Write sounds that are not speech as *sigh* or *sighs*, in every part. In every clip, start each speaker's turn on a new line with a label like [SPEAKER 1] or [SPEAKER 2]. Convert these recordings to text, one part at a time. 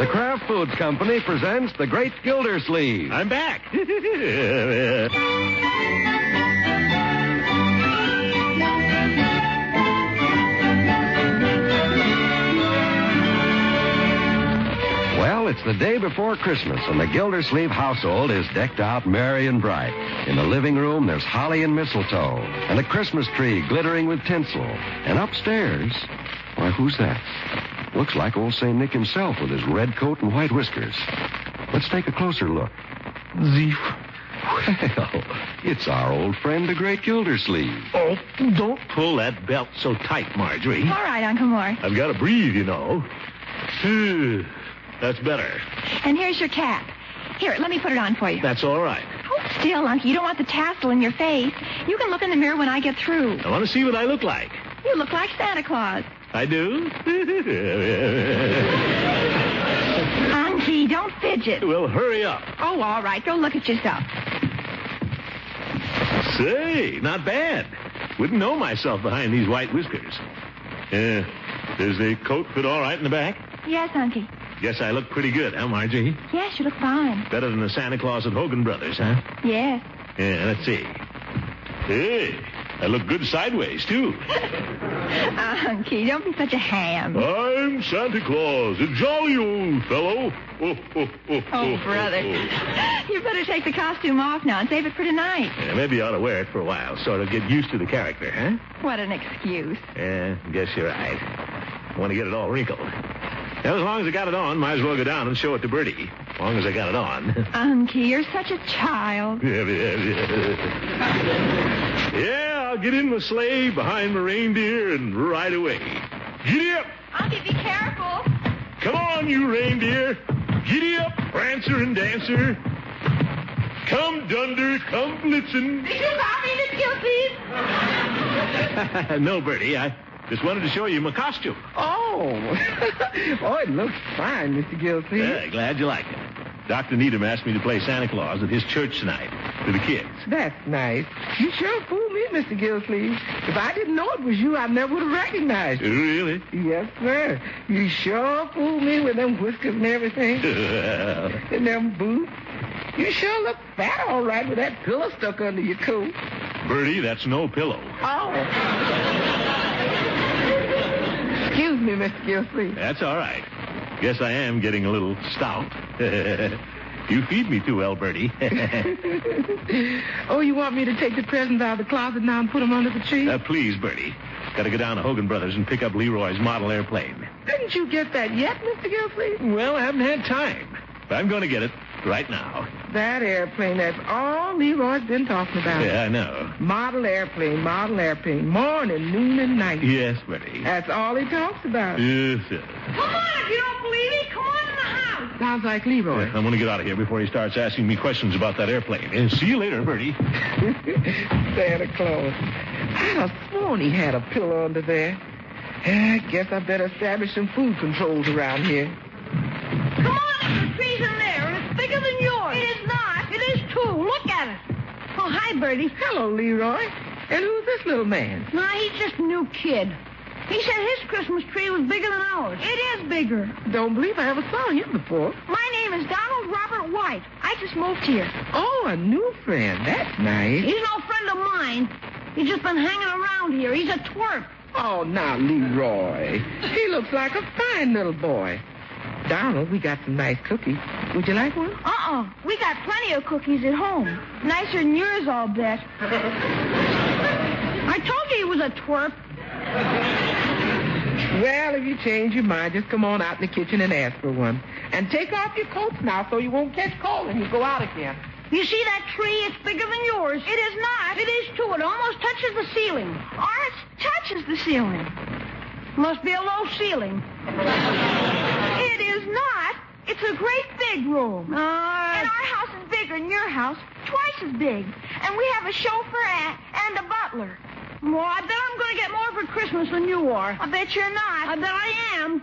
[SPEAKER 1] The Kraft Foods Company presents The Great Gildersleeve.
[SPEAKER 2] I'm back. *laughs*
[SPEAKER 1] Well, it's the day before Christmas, and the Gildersleeve household is decked out merry and bright. In the living room, there's holly and mistletoe, and a Christmas tree glittering with tinsel. And upstairs, why, who's that? Looks like old St. Nick himself with his red coat and white whiskers. Let's take a closer look.
[SPEAKER 3] Zeef.
[SPEAKER 1] Well, it's our old friend, the great Gildersleeve.
[SPEAKER 2] Oh, don't pull that belt so tight, Marjorie.
[SPEAKER 4] All right, Uncle Mort.
[SPEAKER 2] I've got to breathe, you know. Phew, That's better.
[SPEAKER 4] And here's your cap. Here, let me put it on for you.
[SPEAKER 2] That's all right.
[SPEAKER 4] Hold still, Uncle. You don't want the tassel in your face. You can look in the mirror when I get through.
[SPEAKER 2] I want to see what I look like.
[SPEAKER 4] You look like Santa Claus.
[SPEAKER 2] I do. *laughs*
[SPEAKER 4] Unky, don't fidget.
[SPEAKER 2] well, hurry up.
[SPEAKER 4] Oh, all right. Go look at yourself.
[SPEAKER 2] Say, not bad. Wouldn't know myself behind these white whiskers. Uh, does the coat fit all right in the back?
[SPEAKER 4] Yes, Unky.
[SPEAKER 2] Guess I look pretty good, huh, Marjorie?
[SPEAKER 4] Yes, you look fine.
[SPEAKER 2] Better than the Santa Claus and Hogan brothers, huh?
[SPEAKER 4] Yes.
[SPEAKER 2] Yeah, let's see. Hey, I look good sideways, too.
[SPEAKER 4] Unky, don't be such a
[SPEAKER 2] Oh,
[SPEAKER 4] ham.
[SPEAKER 2] I'm Santa Claus, a jolly old fellow. Oh, oh, oh,
[SPEAKER 4] Oh, brother. *laughs* You better take the costume off now and save it for tonight.
[SPEAKER 2] Yeah, maybe you ought to wear it for a while, sort of get used to the character, huh?
[SPEAKER 4] What an excuse.
[SPEAKER 2] Yeah, guess you're right. Want to get it all wrinkled. Now, as long as I got it on, might as well go down and show it to Bertie. As long as I got it on. *laughs*
[SPEAKER 4] Unky, you're such a child.
[SPEAKER 2] yeah, I'll get in my sleigh behind my reindeer and ride away. Giddy up!
[SPEAKER 4] Unky, be careful.
[SPEAKER 2] Come on, you reindeer. Giddy up, prancer and dancer. Come, dunder, come, blitzen.
[SPEAKER 4] Did you me the
[SPEAKER 2] *laughs* no, Bertie, I just wanted to show you my costume.
[SPEAKER 3] Oh. oh, it looks fine, Mr. Gilsey.
[SPEAKER 2] Yeah, glad you like it. Dr. Needham asked me to play Santa Claus at his church tonight for the kids.
[SPEAKER 3] That's nice. You sure fooled me, Mr. Gilsey. If I didn't know it was you, I never would have recognized you.
[SPEAKER 2] *laughs* Really?
[SPEAKER 3] Yes, sir. You sure fooled me with them whiskers and everything, and them boots. You sure look fat all right with that pillow stuck under your coat.
[SPEAKER 2] Bertie, that's no pillow.
[SPEAKER 3] Oh. Excuse me, Mr. Gilsey.
[SPEAKER 2] That's all right. Guess I am getting a little stout. *laughs* you feed me too well, Bertie. *laughs*
[SPEAKER 3] Oh, you want me to take the presents out of the closet now and put them under the tree?
[SPEAKER 2] now, Uh, please, Bertie. Got to go down to Hogan Brothers and pick up Leroy's model airplane.
[SPEAKER 3] Didn't you get that yet, Mr. Gilsey?
[SPEAKER 2] Well, I haven't had time. But I'm going to get it right now.
[SPEAKER 3] That airplane, that's all Leroy's been talking about.
[SPEAKER 2] Yeah, I know.
[SPEAKER 3] Model airplane, model airplane, morning, noon, and night.
[SPEAKER 2] Yes, Bertie.
[SPEAKER 3] That's all he talks about.
[SPEAKER 2] Yes, sir.
[SPEAKER 4] Come on, if you don't believe me, come on in the house.
[SPEAKER 3] Sounds like Leroy.
[SPEAKER 2] I'm going to get out of here before he starts asking me questions about that airplane. And see you later, Bertie.
[SPEAKER 3] *laughs* Santa Claus. I'd have sworn he had a pillow under there. I guess I better establish some food controls around here.
[SPEAKER 4] Come on, the tree's in there, and it's bigger than yours. It is not. It is too. Look at it. Oh, hi, Bertie.
[SPEAKER 3] Hello, Leroy. And who's this little man?
[SPEAKER 4] No, he's just a new kid. He said his Christmas tree was bigger than ours. It is bigger.
[SPEAKER 3] Don't believe I ever saw him before.
[SPEAKER 4] My name is Donald Robert White. I just moved here.
[SPEAKER 3] Oh, a new friend. That's nice.
[SPEAKER 4] He's no friend of mine. He's just been hanging around here. He's a twerp.
[SPEAKER 3] Oh, now, Leroy. He looks like a fine little boy. Donald, we got some nice cookies. Would you like one?
[SPEAKER 4] Uh-uh. We got plenty of cookies at home. Nicer than yours, I'll bet. I told you he was a twerp.
[SPEAKER 3] Well, if you change your mind, just come on out in the kitchen and ask for one. And take off your coats now so you won't catch cold when you go out again.
[SPEAKER 4] You see that tree? It's bigger than yours. It is not. It is too. It almost touches the ceiling. Ours touches the ceiling. Must be a low ceiling. it is not. It's a great big room. and our house is bigger than your house, twice as big. And we have a chauffeur and, and a butler. Well, I bet I'm going to get more for Christmas than you are. I bet you're not. I bet I am.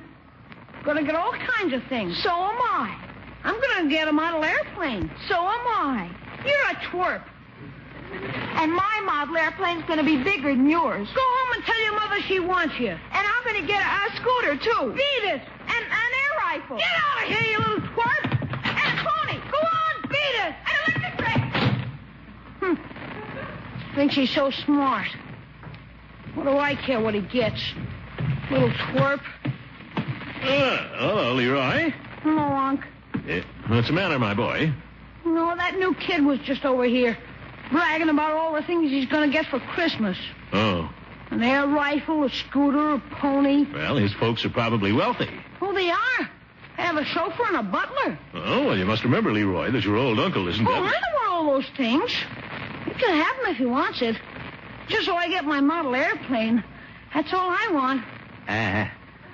[SPEAKER 4] Gonna get all kinds of things. So am I. I'm gonna get a model airplane. So am I. You're a twerp. And my model airplane's gonna be bigger than yours. Go home and tell your mother she wants you. And I'm gonna get a, a scooter, too. Beat it! And an air rifle. rifle. Get out of here, you little twerp. And a pony. Go on, beat us. An electric rake. Hmm. Thinks he's so smart. What do I care what he gets? Little twerp.
[SPEAKER 2] Ah, hello, Leroy.
[SPEAKER 4] No, Unc.
[SPEAKER 2] Eh, what's the matter, my boy?
[SPEAKER 4] No, that new kid was just over here bragging about all the things he's going to get for Christmas.
[SPEAKER 2] Oh,
[SPEAKER 4] An air rifle, a scooter, a pony.
[SPEAKER 2] well, his folks are probably wealthy.
[SPEAKER 4] Who they are? They have a chauffeur and a butler.
[SPEAKER 2] Oh, well, you must remember, Leroy, that your old uncle isn't
[SPEAKER 4] Oh,
[SPEAKER 2] dead.
[SPEAKER 4] I don't want all those things. It can have them if he wants it. Just so I get my model airplane. That's all I want.
[SPEAKER 2] Uh-huh.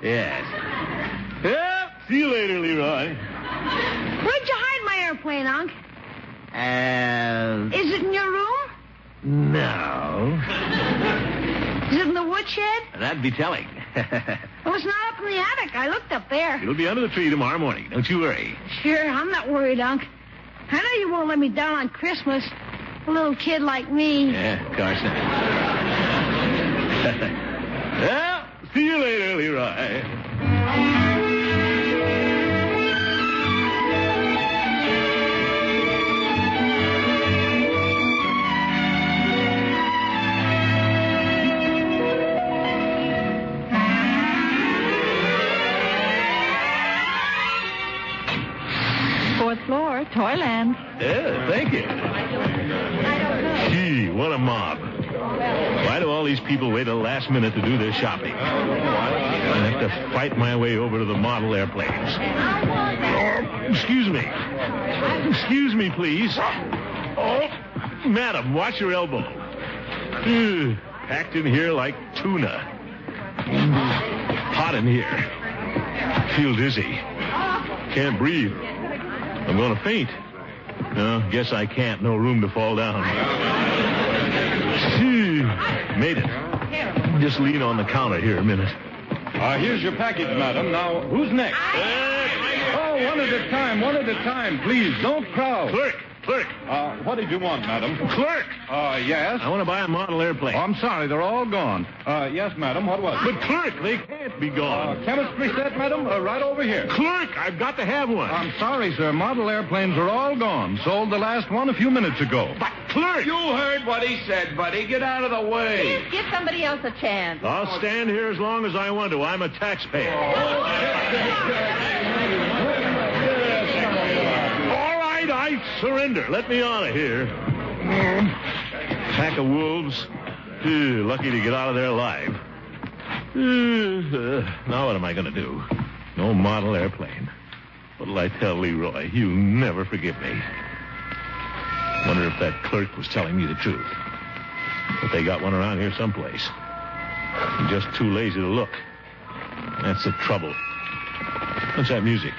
[SPEAKER 2] Yes. Yep. See you later, Leroy.
[SPEAKER 4] Where'd you hide my airplane, Unc?
[SPEAKER 3] Uh,
[SPEAKER 4] Is it in your room?
[SPEAKER 3] no.
[SPEAKER 4] Is it in the woodshed?
[SPEAKER 3] That'd be telling. *laughs*
[SPEAKER 4] Well, it's not up in the attic. I looked up there.
[SPEAKER 2] It'll be under the tree tomorrow morning. Don't you worry.
[SPEAKER 4] Sure, I'm not worried, Unc. I know you won't let me down on Christmas. A little kid like me.
[SPEAKER 2] Yeah, of course not. well, see you later, Leroy.
[SPEAKER 5] Fourth floor, Toyland.
[SPEAKER 2] Yeah, thank you. Gee, what a mob. Why do all these people wait till the last minute to do their shopping? I have to fight my way over to the model airplanes. Oh, excuse me. Excuse me, please. Oh, madam, watch your elbow. Ugh, packed in here like tuna. Mm, Hot in here. Feel dizzy. Can't breathe. I'm going to faint. No, guess I can't. No room to fall down. Phew, Made it. Just lean on the counter here a minute. Ah,
[SPEAKER 6] Uh, here's your package, madam. Now, who's next? Oh, one at a time, one at a time. Please, don't crowd.
[SPEAKER 2] Clerk, clerk,
[SPEAKER 6] Uh, what did you want, madam?
[SPEAKER 2] clerk.
[SPEAKER 6] Uh, yes?
[SPEAKER 2] I want to buy a model airplane.
[SPEAKER 6] Oh, I'm sorry, they're all gone. Uh, yes, madam, what was it?
[SPEAKER 2] but clerk, they can't be gone.
[SPEAKER 6] Uh, chemistry set, madam? Uh, right over here.
[SPEAKER 2] clerk, I've got to have one.
[SPEAKER 6] I'm sorry, sir. Model airplanes are all gone. Sold the last one a few minutes ago.
[SPEAKER 2] but clerk.
[SPEAKER 6] heard what he said, buddy. Get out of the way.
[SPEAKER 5] Give somebody else a chance.
[SPEAKER 2] I'll stand here as long as I want to. I'm a taxpayer. All right, I surrender. Let me out of here. Pack of wolves. Ew, lucky to get out of there alive. Ew, uh, now what am I going to do? No model airplane. What'll I tell Leroy? He'll never forgive me. Wonder if that clerk was telling me the truth. But they got one around here someplace. I'm just too lazy to look. That's the trouble. What's that music?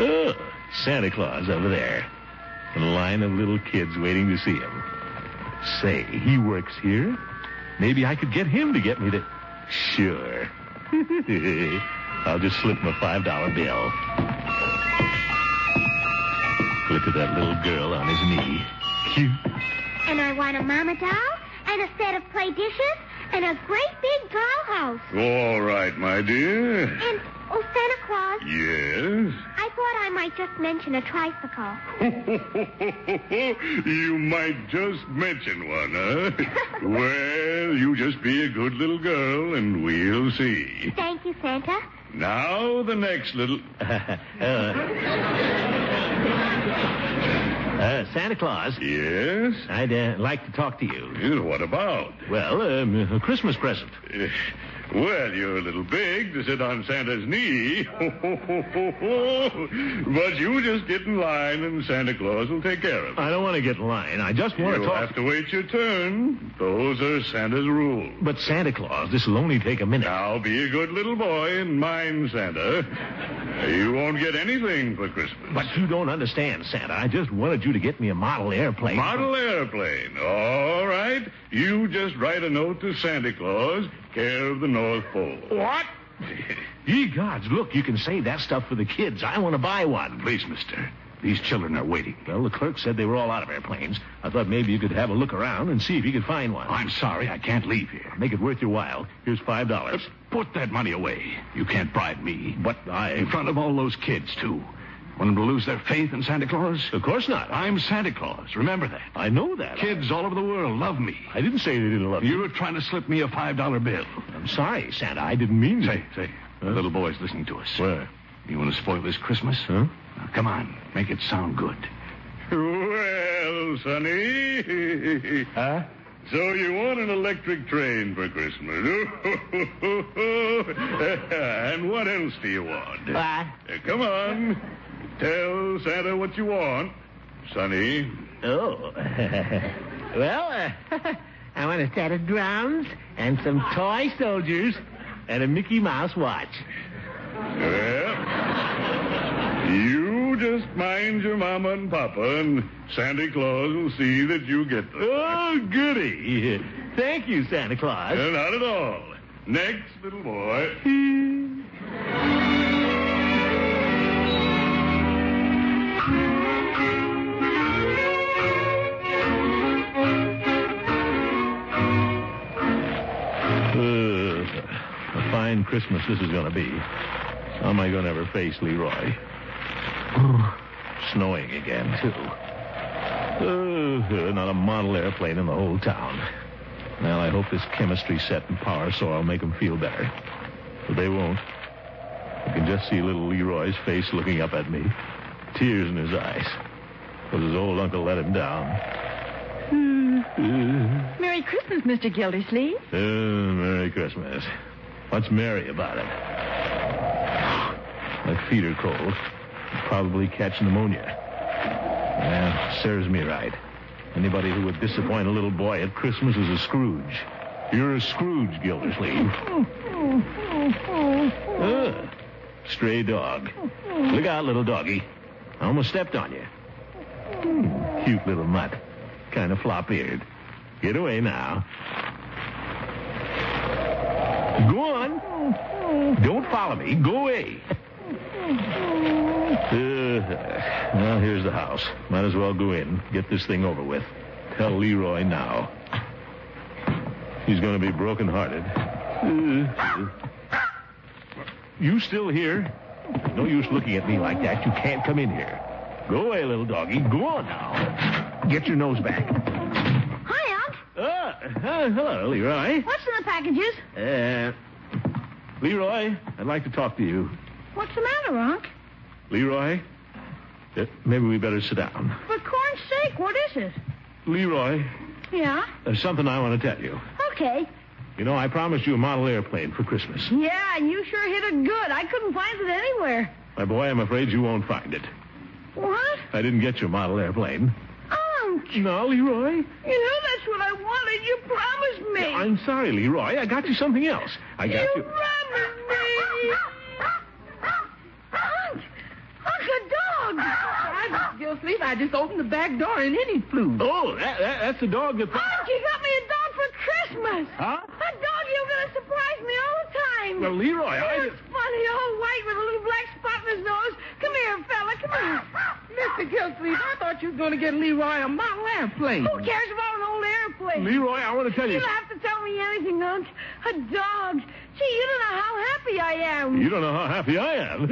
[SPEAKER 2] Oh, Santa Claus over there. A line of little kids waiting to see him. Say, he works here? Maybe I could get him to get me to. Sure. *laughs* I'll just slip him a $5 bill. Look at that little girl on his knee. Cute.
[SPEAKER 7] And I want a mama doll, and a set of play dishes, and a great big dollhouse.
[SPEAKER 6] All right, my dear.
[SPEAKER 7] And, oh, Santa Claus,
[SPEAKER 6] Yes.
[SPEAKER 7] I thought I might just mention a tricycle.
[SPEAKER 6] *laughs* you might just mention one, huh? *laughs* well, you just be a good little girl, and we'll see.
[SPEAKER 7] Thank you, Santa.
[SPEAKER 6] Now the next little.
[SPEAKER 2] Uh, uh, Santa Claus,
[SPEAKER 6] Yes.
[SPEAKER 2] I'd uh, like to talk to you.
[SPEAKER 6] Well, What about? *laughs*
[SPEAKER 2] Well, um, a Christmas present.
[SPEAKER 6] Uh, Well, you're a little big to sit on Santa's knee. *laughs* but you just get in line, and Santa Claus will take care of it.
[SPEAKER 2] I don't want to get in line. I just want to
[SPEAKER 6] You'll
[SPEAKER 2] talk.
[SPEAKER 6] have to wait your turn. Those are Santa's rules.
[SPEAKER 2] But Santa Claus, this will only take a minute.
[SPEAKER 6] Now be a good little boy and mind Santa. You won't get anything for Christmas.
[SPEAKER 2] But you don't understand, Santa. I just wanted you to get me a model airplane.
[SPEAKER 6] Model airplane. All right. You just write a note to Santa Claus, care of the North Pole.
[SPEAKER 2] What? Ye gods, look, you can save that stuff for the kids. I want to buy one.
[SPEAKER 6] Please, mister.
[SPEAKER 2] These children are waiting. Well, the clerk said they were all out of airplanes. I thought maybe you could have a look around and see if you could find one.
[SPEAKER 8] I'm sorry, I can't leave here.
[SPEAKER 2] Make it worth your while. Here's five dollars.
[SPEAKER 8] Put that money away. You can't bribe me.
[SPEAKER 2] But I.
[SPEAKER 8] In front of all those kids, too. Want them to lose their faith in Santa Claus?
[SPEAKER 2] Of course not.
[SPEAKER 8] I'm Santa Claus. Remember that.
[SPEAKER 2] I know that.
[SPEAKER 8] Kids all over the world love me.
[SPEAKER 2] I didn't say they didn't love you.
[SPEAKER 8] You were trying to slip me a $5 bill.
[SPEAKER 2] I'm sorry, Santa. I didn't mean to.
[SPEAKER 8] Say, say, the little boy's listening to us.
[SPEAKER 2] Where?
[SPEAKER 8] You want to spoil this Christmas?
[SPEAKER 2] Huh?
[SPEAKER 8] Now, come on, make it sound good.
[SPEAKER 6] Well, Sonny. *laughs*
[SPEAKER 2] Huh?
[SPEAKER 6] So you want an electric train for Christmas? *laughs* and what else do you want?
[SPEAKER 5] What?
[SPEAKER 6] Uh, come on. Tell Santa what you want, Sonny.
[SPEAKER 9] Oh. *laughs* well, uh, *laughs* I want a set of drums and some toy soldiers and a Mickey Mouse watch.
[SPEAKER 6] Well, you just mind your mama and papa, and Santa Claus will see that you get them.
[SPEAKER 2] Oh, goody. Thank you, Santa Claus.
[SPEAKER 6] Uh, not at all. Next, little boy.
[SPEAKER 2] Ugh, Uh, a fine Christmas this is going to be. How am I going to ever face Leroy? Snowing again, too. Ugh, not a model airplane in the whole town. Well, I hope this chemistry set and power saw will make them feel better. But they won't. I can just see little Leroy's face looking up at me. Tears in his eyes. Because his old uncle let him Uh, down.
[SPEAKER 5] Merry Christmas, Mr. Gildersleeve.
[SPEAKER 2] Oh, Merry Christmas. What's merry about it? My feet are cold. Probably catch pneumonia. Yeah, serves me right. Anybody who would disappoint a little boy at Christmas is a Scrooge. You're a Scrooge, Gildersleeve. Ugh, stray dog. Look out, little doggy. I almost stepped on you. Hmm, Cute little mutt. Kind of flop-eared. Get away now. Go on. Don't follow me. Go away. Uh, well, here's the house. Might as well go in. Get this thing over with. Tell Leroy now. He's going to be brokenhearted. Uh, you still here? No use looking at me like that. You can't come in here. Go away, little doggy. Go on now. Get your nose back.
[SPEAKER 4] Hi, Unc.
[SPEAKER 2] Uh, uh, hello, Leroy.
[SPEAKER 4] What's in the packages?
[SPEAKER 2] Uh, Leroy, I'd like to talk to you.
[SPEAKER 4] What's the matter, Unc?
[SPEAKER 2] Leroy? Uh, maybe we better sit down.
[SPEAKER 4] For corn's sake, what is it?
[SPEAKER 2] Leroy,
[SPEAKER 4] Yeah?
[SPEAKER 2] there's something I want to tell you.
[SPEAKER 4] Okay.
[SPEAKER 2] You know, I promised you a model airplane for Christmas.
[SPEAKER 4] Yeah, and you sure hit it good. I couldn't find it anywhere.
[SPEAKER 2] My boy, I'm afraid you won't find it.
[SPEAKER 4] What?
[SPEAKER 2] I didn't get your model airplane.
[SPEAKER 4] Unc,
[SPEAKER 2] No, Leroy?
[SPEAKER 4] you know that's what I wanted. You promised me.
[SPEAKER 2] I'm sorry, Leroy. I got you something else. I got
[SPEAKER 4] you
[SPEAKER 2] you.
[SPEAKER 4] promised me.
[SPEAKER 5] Unc! Unc, a dog! I, Gildersleeve, I just opened the back door and in he flew.
[SPEAKER 2] Oh, that, that, that's the dog that.
[SPEAKER 4] Unc, you got me a dog for Christmas.
[SPEAKER 2] Huh?
[SPEAKER 4] A dog you were going to surprise me all the time.
[SPEAKER 2] Well, Leroy, I.
[SPEAKER 4] He looks funny, all white with a little black spot in his nose. Come here, fella, come here.
[SPEAKER 3] Mr. Gildersleeve, I thought you were going to get Leroy a model airplane.
[SPEAKER 10] Oh,
[SPEAKER 4] Who cares about an old airplane?
[SPEAKER 2] Leroy, I want to tell
[SPEAKER 4] You
[SPEAKER 2] you.
[SPEAKER 4] don't have to tell me anything, Unc. A dog. Gee, you don't know how happy I am.
[SPEAKER 2] You don't know how happy I am.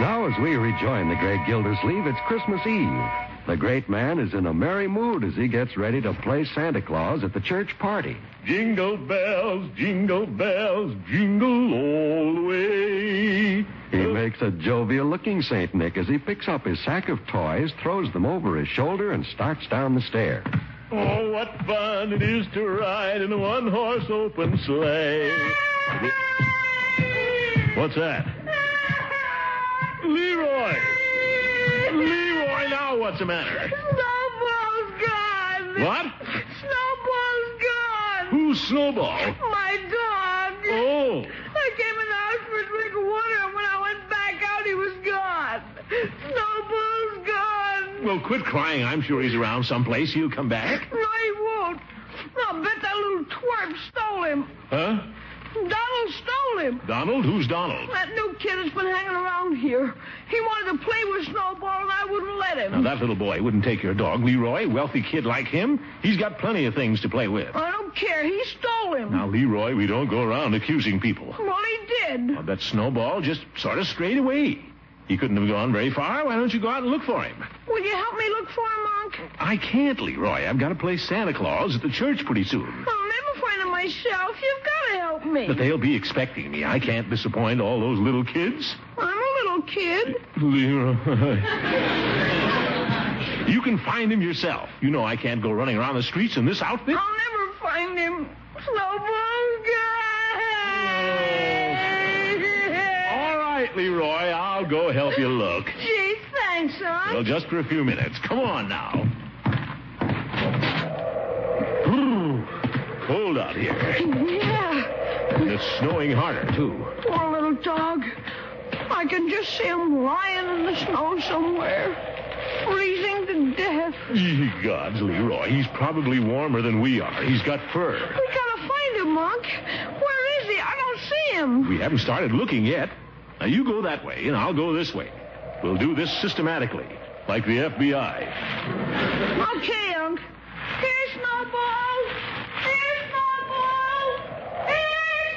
[SPEAKER 1] Now, as we rejoin the great Gildersleeve, it's Christmas Eve. The great man is in a merry mood as he gets ready to play Santa Claus at the church party.
[SPEAKER 6] Jingle bells, jingle bells, jingle all the way.
[SPEAKER 1] He makes a jovial looking St. Nick as he picks up his sack of toys, throws them over his shoulder, and starts down the stair.
[SPEAKER 2] oh, what fun it is to ride in a one horse open sleigh. What's that? Leroy! Leroy, now what's the matter?
[SPEAKER 4] Snowball's gone.
[SPEAKER 2] What?
[SPEAKER 4] Snowball's gone.
[SPEAKER 2] Who's Snowball?
[SPEAKER 4] My dog.
[SPEAKER 2] Oh,
[SPEAKER 4] I came in the house for a drink of water, and when I went back out, he was gone. Snowball's gone.
[SPEAKER 2] well, quit crying. I'm sure he's around someplace. He'll come back.
[SPEAKER 4] No, he won't. I'll bet that little twerp stole him.
[SPEAKER 2] Huh?
[SPEAKER 4] Donald stole him.
[SPEAKER 2] Donald? Who's Donald?
[SPEAKER 4] That new kid has been hanging around here. He wanted to play with Snowball, and I wouldn't let him.
[SPEAKER 2] Now, that little boy wouldn't take your dog, Leroy. Wealthy kid like him, he's got plenty of things to play with.
[SPEAKER 4] I don't care. He stole him.
[SPEAKER 2] Now, Leroy, we don't go around accusing people.
[SPEAKER 4] Well, he did.
[SPEAKER 2] Now, that snowball just sort of strayed away. He couldn't have gone very far. Why don't you go out and look for him?
[SPEAKER 4] Will you help me look for him, Unc?
[SPEAKER 2] I can't, Leroy. I've got to play Santa Claus at the church pretty soon.
[SPEAKER 4] I'll never find him myself. You've got to help me.
[SPEAKER 2] But they'll be expecting me. I can't disappoint all those little kids.
[SPEAKER 4] I'm a little kid.
[SPEAKER 2] Leroy. you can find him yourself. You know I can't go running around the streets in this outfit.
[SPEAKER 4] I'll never find him. Snowball's gone.
[SPEAKER 2] All right, Leroy. I'll go help you look.
[SPEAKER 4] Gee, thanks, Unc.
[SPEAKER 2] Well, just for a few minutes. Come on now. Cold out here.
[SPEAKER 4] Yeah.
[SPEAKER 2] And it's snowing harder, too.
[SPEAKER 4] Poor little dog. I can just see him lying in the snow somewhere, freezing to death.
[SPEAKER 2] Ye gods, Leroy. He's probably warmer than we are. He's got fur.
[SPEAKER 4] We gotta find him, Monk. Where is he? I don't see him.
[SPEAKER 2] We haven't started looking yet. Now, you go that way, and I'll go this way. We'll do this systematically, like the FBI.
[SPEAKER 4] Okay, Unc. Here's Snowball. Here's Snowball. Here's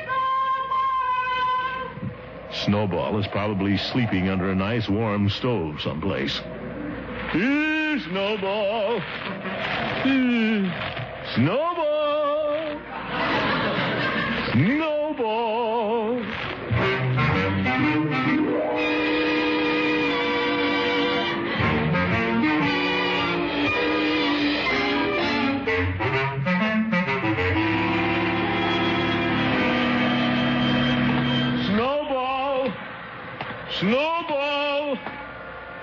[SPEAKER 4] Snowball.
[SPEAKER 2] Snowball is probably sleeping under a nice warm stove someplace. Here, Snowball. Here, Snowball. Snowball. Snowball! Snowball!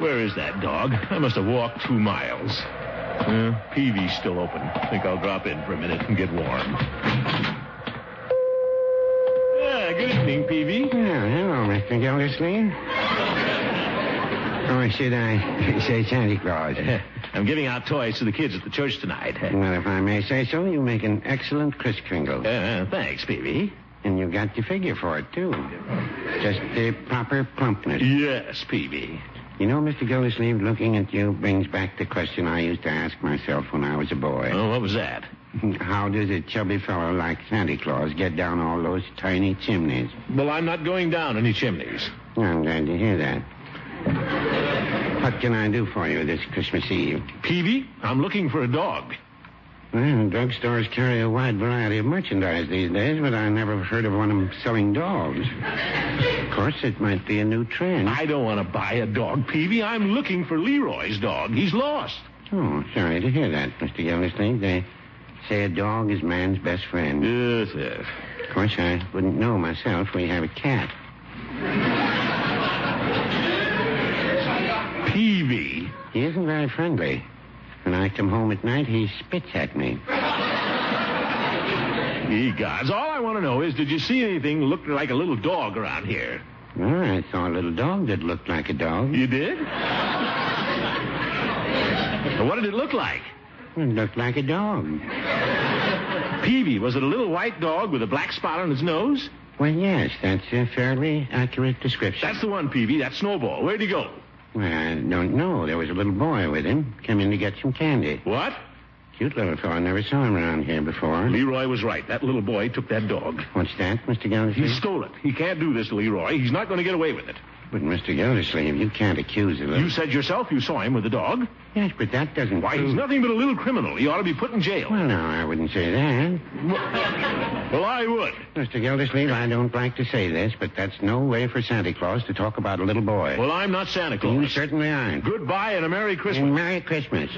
[SPEAKER 2] Where is that dog? I must have walked two miles. Uh, Peavy's still open. Think I'll drop in for a minute and get warm. Yeah, Ah, good evening, Peavy.
[SPEAKER 10] hello, Mr. Gildersleeve. Or should I *laughs* say Santa Claus?
[SPEAKER 2] *laughs* I'm giving out toys to the kids at the church tonight.
[SPEAKER 10] Well, if I may say so, you make an excellent Kris Kringle.
[SPEAKER 2] Uh, thanks, Peavy.
[SPEAKER 10] And you got the figure for it, too. Just the proper plumpness.
[SPEAKER 2] Yes, Peavy.
[SPEAKER 10] You know, Mr. Gildersleeve, looking at you brings back the question I used to ask myself when I was a boy.
[SPEAKER 2] Oh, what was that?
[SPEAKER 10] How does a chubby fellow like Santa Claus get down all those tiny chimneys?
[SPEAKER 2] Well, I'm not going down any chimneys.
[SPEAKER 10] I'm glad to hear that. What can I do for you this Christmas Eve?
[SPEAKER 2] Peavy, I'm looking for a dog.
[SPEAKER 10] Well, drugstores carry a wide variety of merchandise these days, but I never heard of one of them selling dogs. Of course, it might be a new trend.
[SPEAKER 2] I don't want to buy a dog, Peavy. I'm looking for Leroy's dog. He's lost.
[SPEAKER 10] Oh, sorry to hear that, Mr. Gildersleeve. They say a dog is man's best friend.
[SPEAKER 2] Yes, yes.
[SPEAKER 10] Of course, I wouldn't know myself. We have a cat.
[SPEAKER 2] Peavy.
[SPEAKER 10] He isn't very friendly. When I come home at night, he spits at me.
[SPEAKER 2] Ye gods. All I want to know is, did you see anything looked like a little dog around here?
[SPEAKER 10] Well, I saw a little dog that looked like a dog.
[SPEAKER 2] You did? *laughs* what did it look like?
[SPEAKER 10] It looked like a dog.
[SPEAKER 2] Peavy, was it a little white dog with a black spot on its nose?
[SPEAKER 10] Well, yes, that's a fairly accurate description.
[SPEAKER 2] That's the one, Peavy. That's Snowball. Where'd he go?
[SPEAKER 10] Well, I don't know. There was a little boy with him. Came in to get some candy.
[SPEAKER 2] What?
[SPEAKER 10] Cute little fellow. Never saw him around here before.
[SPEAKER 2] Leroy was right. That little boy took that dog.
[SPEAKER 10] What's that, Mr.
[SPEAKER 2] He
[SPEAKER 10] Gildersleeve?
[SPEAKER 2] stole it. He can't do this, Leroy. He's not going to get away with it.
[SPEAKER 10] But, Mr. Gildersleeve, you can't accuse of
[SPEAKER 2] You said yourself you saw him with the dog.
[SPEAKER 10] Yes, but that doesn't...
[SPEAKER 2] Why, he's nothing but a little criminal. He ought to be put in jail.
[SPEAKER 10] Hmm. Well, no, I wouldn't say that.
[SPEAKER 2] Well, I would.
[SPEAKER 10] Mr. Gildersleeve, I don't like to say this, but that's no way for Santa Claus to talk about a little boy.
[SPEAKER 2] Well, I'm not Santa
[SPEAKER 10] you
[SPEAKER 2] Claus.
[SPEAKER 10] certainly aren't.
[SPEAKER 2] Goodbye and a Merry Christmas.
[SPEAKER 10] And Merry Christmas.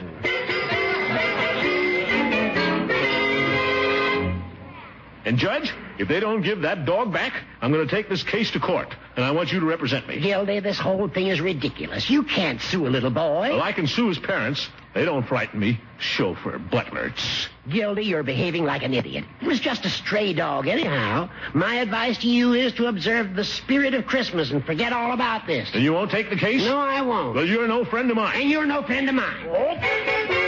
[SPEAKER 2] And, Judge, if they don't give that dog back, I'm going to take this case to court, and I want you to represent me.
[SPEAKER 5] Gildy, this whole thing is ridiculous. You can't sue a little boy.
[SPEAKER 2] Well, I can sue his parents. They don't frighten me. Chauffeur, butler. tss.
[SPEAKER 5] Gildy, you're behaving like an idiot. It was just a stray dog, anyhow. My advice to you is to observe the spirit of Christmas and forget all about this.
[SPEAKER 2] And you won't take the case?
[SPEAKER 5] No, I won't.
[SPEAKER 2] Well, you're no friend of mine.
[SPEAKER 5] and you're no friend of mine.
[SPEAKER 11] Thank you.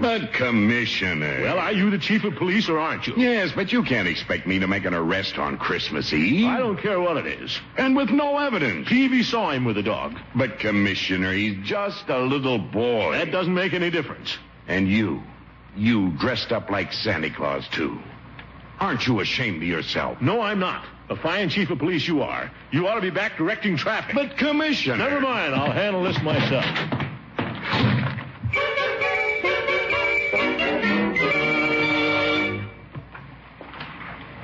[SPEAKER 6] But, Commissioner.
[SPEAKER 2] Well, are you the chief of police or aren't you?
[SPEAKER 6] Yes, but you can't expect me to make an arrest on Christmas Eve.
[SPEAKER 2] I don't care what it is.
[SPEAKER 6] And with no evidence.
[SPEAKER 2] Peavy saw him with a dog.
[SPEAKER 6] But, Commissioner, he's just a little boy.
[SPEAKER 2] That doesn't make any difference.
[SPEAKER 6] And you. You dressed up like Santa Claus, too. Aren't you ashamed of yourself?
[SPEAKER 2] No, I'm not. A fine chief of police you are. You ought to be back directing traffic.
[SPEAKER 6] But, Commissioner.
[SPEAKER 2] Never mind. I'll handle this myself.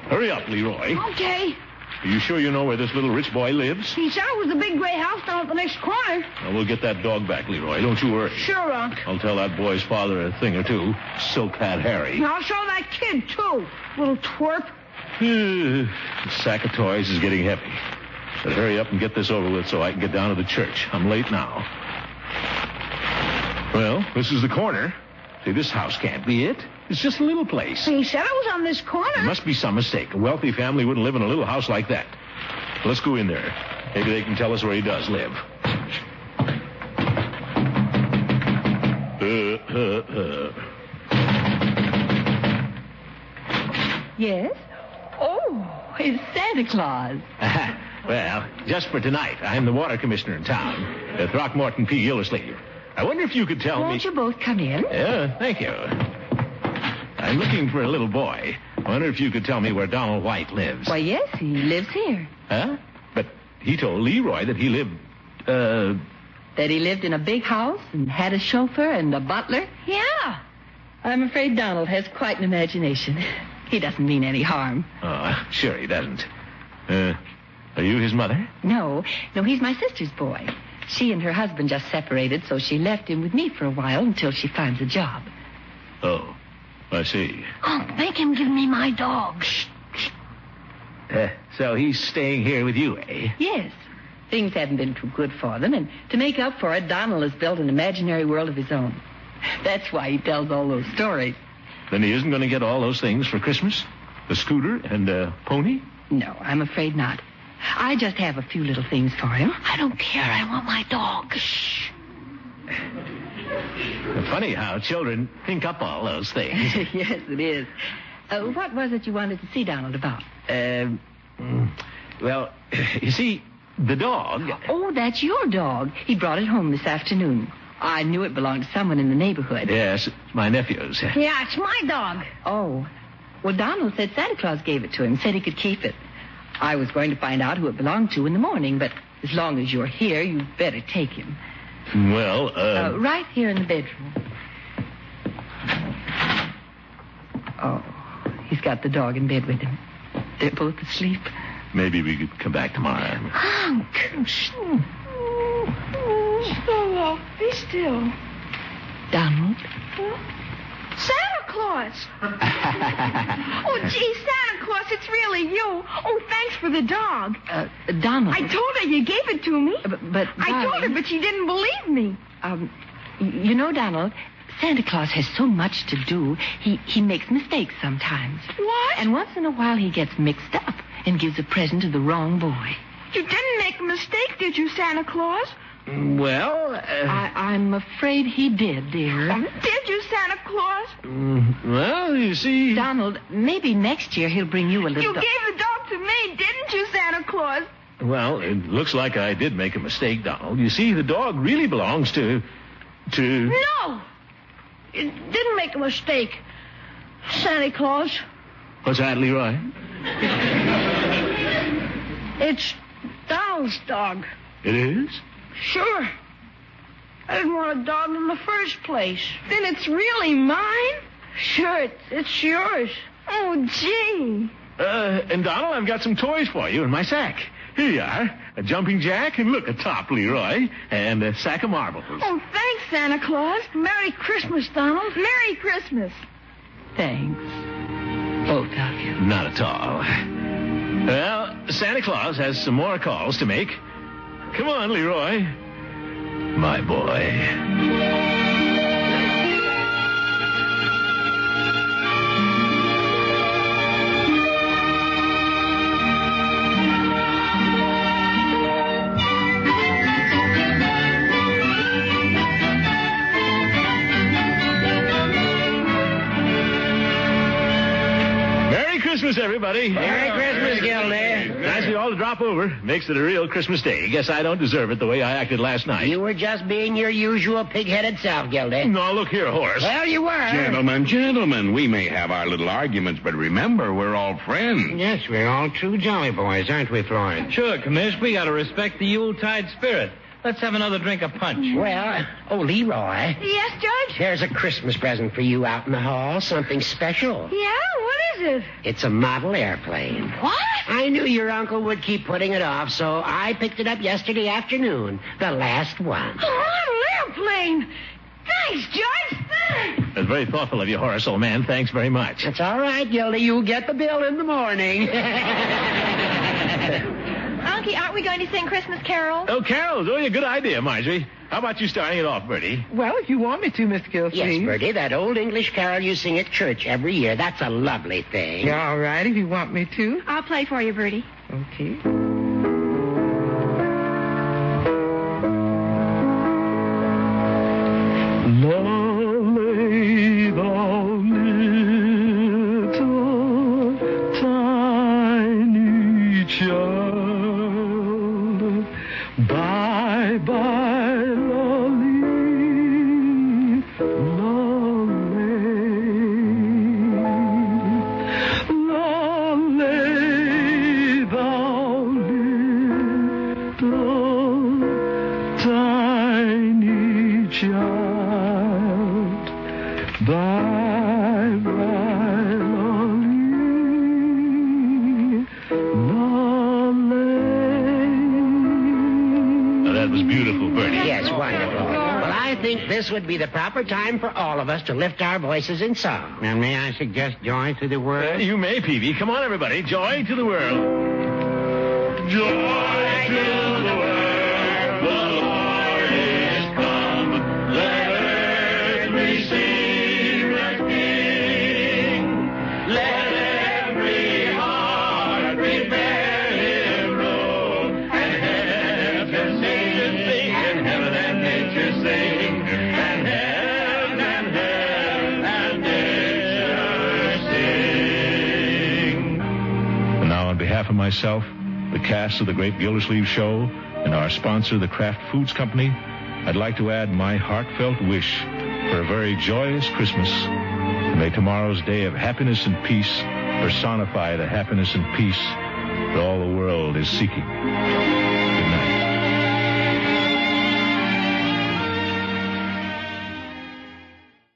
[SPEAKER 2] Hurry up, Leroy.
[SPEAKER 4] Okay.
[SPEAKER 2] Are you sure you know where this little rich boy lives?
[SPEAKER 4] He said it was the big gray house down at the next corner.
[SPEAKER 2] Now, we'll get that dog back, Leroy. Don't you worry.
[SPEAKER 4] Sure, Unc.
[SPEAKER 2] I'll tell that boy's father a thing or two. Silk Hat Harry.
[SPEAKER 4] And I'll show that kid, too. Little twerp.
[SPEAKER 2] the *sighs* sack of toys is getting heavy. But hurry up and get this over with so I can get down to the church. I'm late now. Well, this is the corner. See, this house can't be it. It's just a little place.
[SPEAKER 4] He said it was on this
[SPEAKER 2] There
[SPEAKER 4] corner.
[SPEAKER 2] must be some mistake. A wealthy family wouldn't live in a little house like that. Let's go in there. Maybe they can tell us where he does live. Uh, uh, uh.
[SPEAKER 5] Yes? Oh, it's Santa Claus.
[SPEAKER 2] *laughs* well, just for tonight, I'm the water commissioner in town, uh, Throckmorton P. Gildersleeve. I wonder if you could tell
[SPEAKER 5] Won't
[SPEAKER 2] me.
[SPEAKER 5] you both come in?
[SPEAKER 2] Yeah, thank you. I'm looking for a little boy. I wonder if you could tell me where Donald White lives.
[SPEAKER 5] Why, yes, he lives here.
[SPEAKER 2] Huh? But he told Leroy that he lived. Uh,
[SPEAKER 5] That he lived in a big house and had a chauffeur and a butler.
[SPEAKER 4] Yeah.
[SPEAKER 5] I'm afraid Donald has quite an imagination. He doesn't mean any harm.
[SPEAKER 2] oh, sure he doesn't. Uh, are you his mother?
[SPEAKER 5] No, no, he's my sister's boy. She and her husband just separated, so she left him with me for a while until she finds a job.
[SPEAKER 2] Oh, I see.
[SPEAKER 4] Unc, Oh, make him give me my dog.
[SPEAKER 9] Uh, so he's staying here with you, eh?
[SPEAKER 5] Yes. Things haven't been too good for them, and to make up for it, Donald has built an imaginary world of his own. That's why he tells all those stories.
[SPEAKER 2] Then he isn't going to get all those things for Christmas? The scooter and uh, pony?
[SPEAKER 5] No, I'm afraid not. I just have a few little things for him.
[SPEAKER 4] I don't care. I want my dog. Shh.
[SPEAKER 2] Funny how children think up all those things.
[SPEAKER 5] *laughs*
[SPEAKER 2] *laughs*
[SPEAKER 5] yes, it is. Uh, what was it you wanted to see Donald about?
[SPEAKER 9] Um, mm,
[SPEAKER 2] *laughs*
[SPEAKER 9] well, you see, the dog.
[SPEAKER 5] Oh, that's your dog. He brought it home this afternoon. I knew it belonged to someone in the neighborhood.
[SPEAKER 9] Yes, it's my nephew's.
[SPEAKER 4] Yeah, it's my dog.
[SPEAKER 5] Oh. Well, Donald said Santa Claus gave it to him, said he could keep it. I was going to find out who it belonged to in the morning, but as long as you're here, you'd better take him.
[SPEAKER 2] Well, uh,
[SPEAKER 10] Um,
[SPEAKER 5] Uh, right here in the bedroom. Oh, he's got the dog in bed with him. They're both asleep.
[SPEAKER 2] maybe we could come back tomorrow.
[SPEAKER 4] Oh,
[SPEAKER 5] Unc. Shh.
[SPEAKER 4] Stella, be still.
[SPEAKER 5] Donald.
[SPEAKER 4] Santa
[SPEAKER 5] *laughs*
[SPEAKER 4] Claus. oh, gee, Santa Claus, it's really you. Oh, thanks for the dog.
[SPEAKER 5] Uh, Donald.
[SPEAKER 4] I told her you gave it to me.
[SPEAKER 5] Uh, But, but
[SPEAKER 4] I told her,
[SPEAKER 5] darling,
[SPEAKER 4] but she didn't believe me.
[SPEAKER 5] um, y- you know, Donald, Santa Claus has so much to do. He he makes mistakes sometimes,
[SPEAKER 4] What?
[SPEAKER 5] and once in a while he gets mixed up and gives a present to the wrong boy.
[SPEAKER 4] you didn't make a mistake, did you, Santa Claus?
[SPEAKER 9] Well, uh,
[SPEAKER 5] I, I'm afraid he did, dear.
[SPEAKER 4] Did you, Santa Claus?
[SPEAKER 9] mm, well, you see.
[SPEAKER 5] Donald, maybe next year he'll bring you a little.
[SPEAKER 4] You
[SPEAKER 5] do-
[SPEAKER 4] gave the dog to me, didn't you, Santa Claus?
[SPEAKER 2] Well, it looks like I did make a mistake, Donald. You see, the dog really belongs to. to.
[SPEAKER 4] No. You didn't make a mistake, Santa Claus.
[SPEAKER 2] What's that, Leroy?
[SPEAKER 4] It's Donald's dog.
[SPEAKER 2] It is?
[SPEAKER 4] Sure. I didn't want a dog in the first place. Then it's really mine? Sure, it's, it's yours. Oh, gee.
[SPEAKER 2] Uh, and Donald, I've got some toys for you in my sack. Here you are. A jumping jack and look, a top, Leroy. And a sack of marbles.
[SPEAKER 4] Oh, thanks, Santa Claus. Merry Christmas, Donald. Merry Christmas.
[SPEAKER 5] Thanks, both of you.
[SPEAKER 2] Not at all. Well, Santa Claus has some more calls to make. Come on, Leroy. My boy. Christmas, everybody.
[SPEAKER 10] Merry Christmas, Gildy.
[SPEAKER 2] Nice of you all to drop over. Makes it a real Christmas day. Guess I don't deserve it the way I acted last night.
[SPEAKER 10] You were just being your usual pig-headed self, Gildy.
[SPEAKER 2] No, look here, Horace.
[SPEAKER 10] Well, you were.
[SPEAKER 8] Gentlemen, gentlemen, we may have our little arguments, but remember, we're all friends.
[SPEAKER 10] Yes, we're all true jolly boys, aren't we, Florence?
[SPEAKER 12] Sure, Commish, we gotta respect the Yuletide spirit. Let's have another drink of punch.
[SPEAKER 10] Well, oh, Leroy.
[SPEAKER 4] Yes, Judge?
[SPEAKER 10] There's a Christmas present for you out in the hall, something special.
[SPEAKER 4] Yeah? What is it?
[SPEAKER 10] It's a model airplane.
[SPEAKER 4] What?
[SPEAKER 10] I knew your uncle would keep putting it off, so I picked it up yesterday afternoon. The last one.
[SPEAKER 4] Oh, A model airplane. Thanks, Judge. Thanks.
[SPEAKER 2] That's very thoughtful of you, Horace, old man. Thanks very much.
[SPEAKER 10] It's all right, Gildy. You get the bill in the morning.
[SPEAKER 4] Unky, aren't we going to sing Christmas carols?
[SPEAKER 2] Oh, Carol's. Oh, yeah, good idea, Marjorie. How about you starting it off, Bertie?
[SPEAKER 3] Well, if you want me to, Mr. Gilsleeve.
[SPEAKER 10] yes, Bertie, that old English carol you sing at church every year. That's a lovely thing.
[SPEAKER 3] Yeah, all right, if you want me to.
[SPEAKER 4] I'll play for you, Bertie.
[SPEAKER 3] Okay.
[SPEAKER 13] Lay thou little tiny child by by lolly lolly lolly thou little tiny child. Bye, bye, lolly, lolly.
[SPEAKER 2] Now, that was beautiful, Bertie.
[SPEAKER 10] Yes, wonderful. Well, I think this would be the proper time for all of us to lift our voices in song. Now, may I suggest joy to the
[SPEAKER 2] Uh,
[SPEAKER 10] world?
[SPEAKER 2] you may, Peavy. Come on, everybody. Joy to the world. Joy to the world. The Lord is come. Let earth receive her King. Let every heart prepare him room. And heaven and nature sing. And heaven and nature sing. And heaven and heaven and nature sing. And now, on behalf of myself, the cast of the Great Gildersleeve Show, and our sponsor, the Kraft Foods Company, I'd like to add my heartfelt wish for a very joyous Christmas. And may tomorrow's day of happiness and peace personify the happiness and peace that all the world is seeking.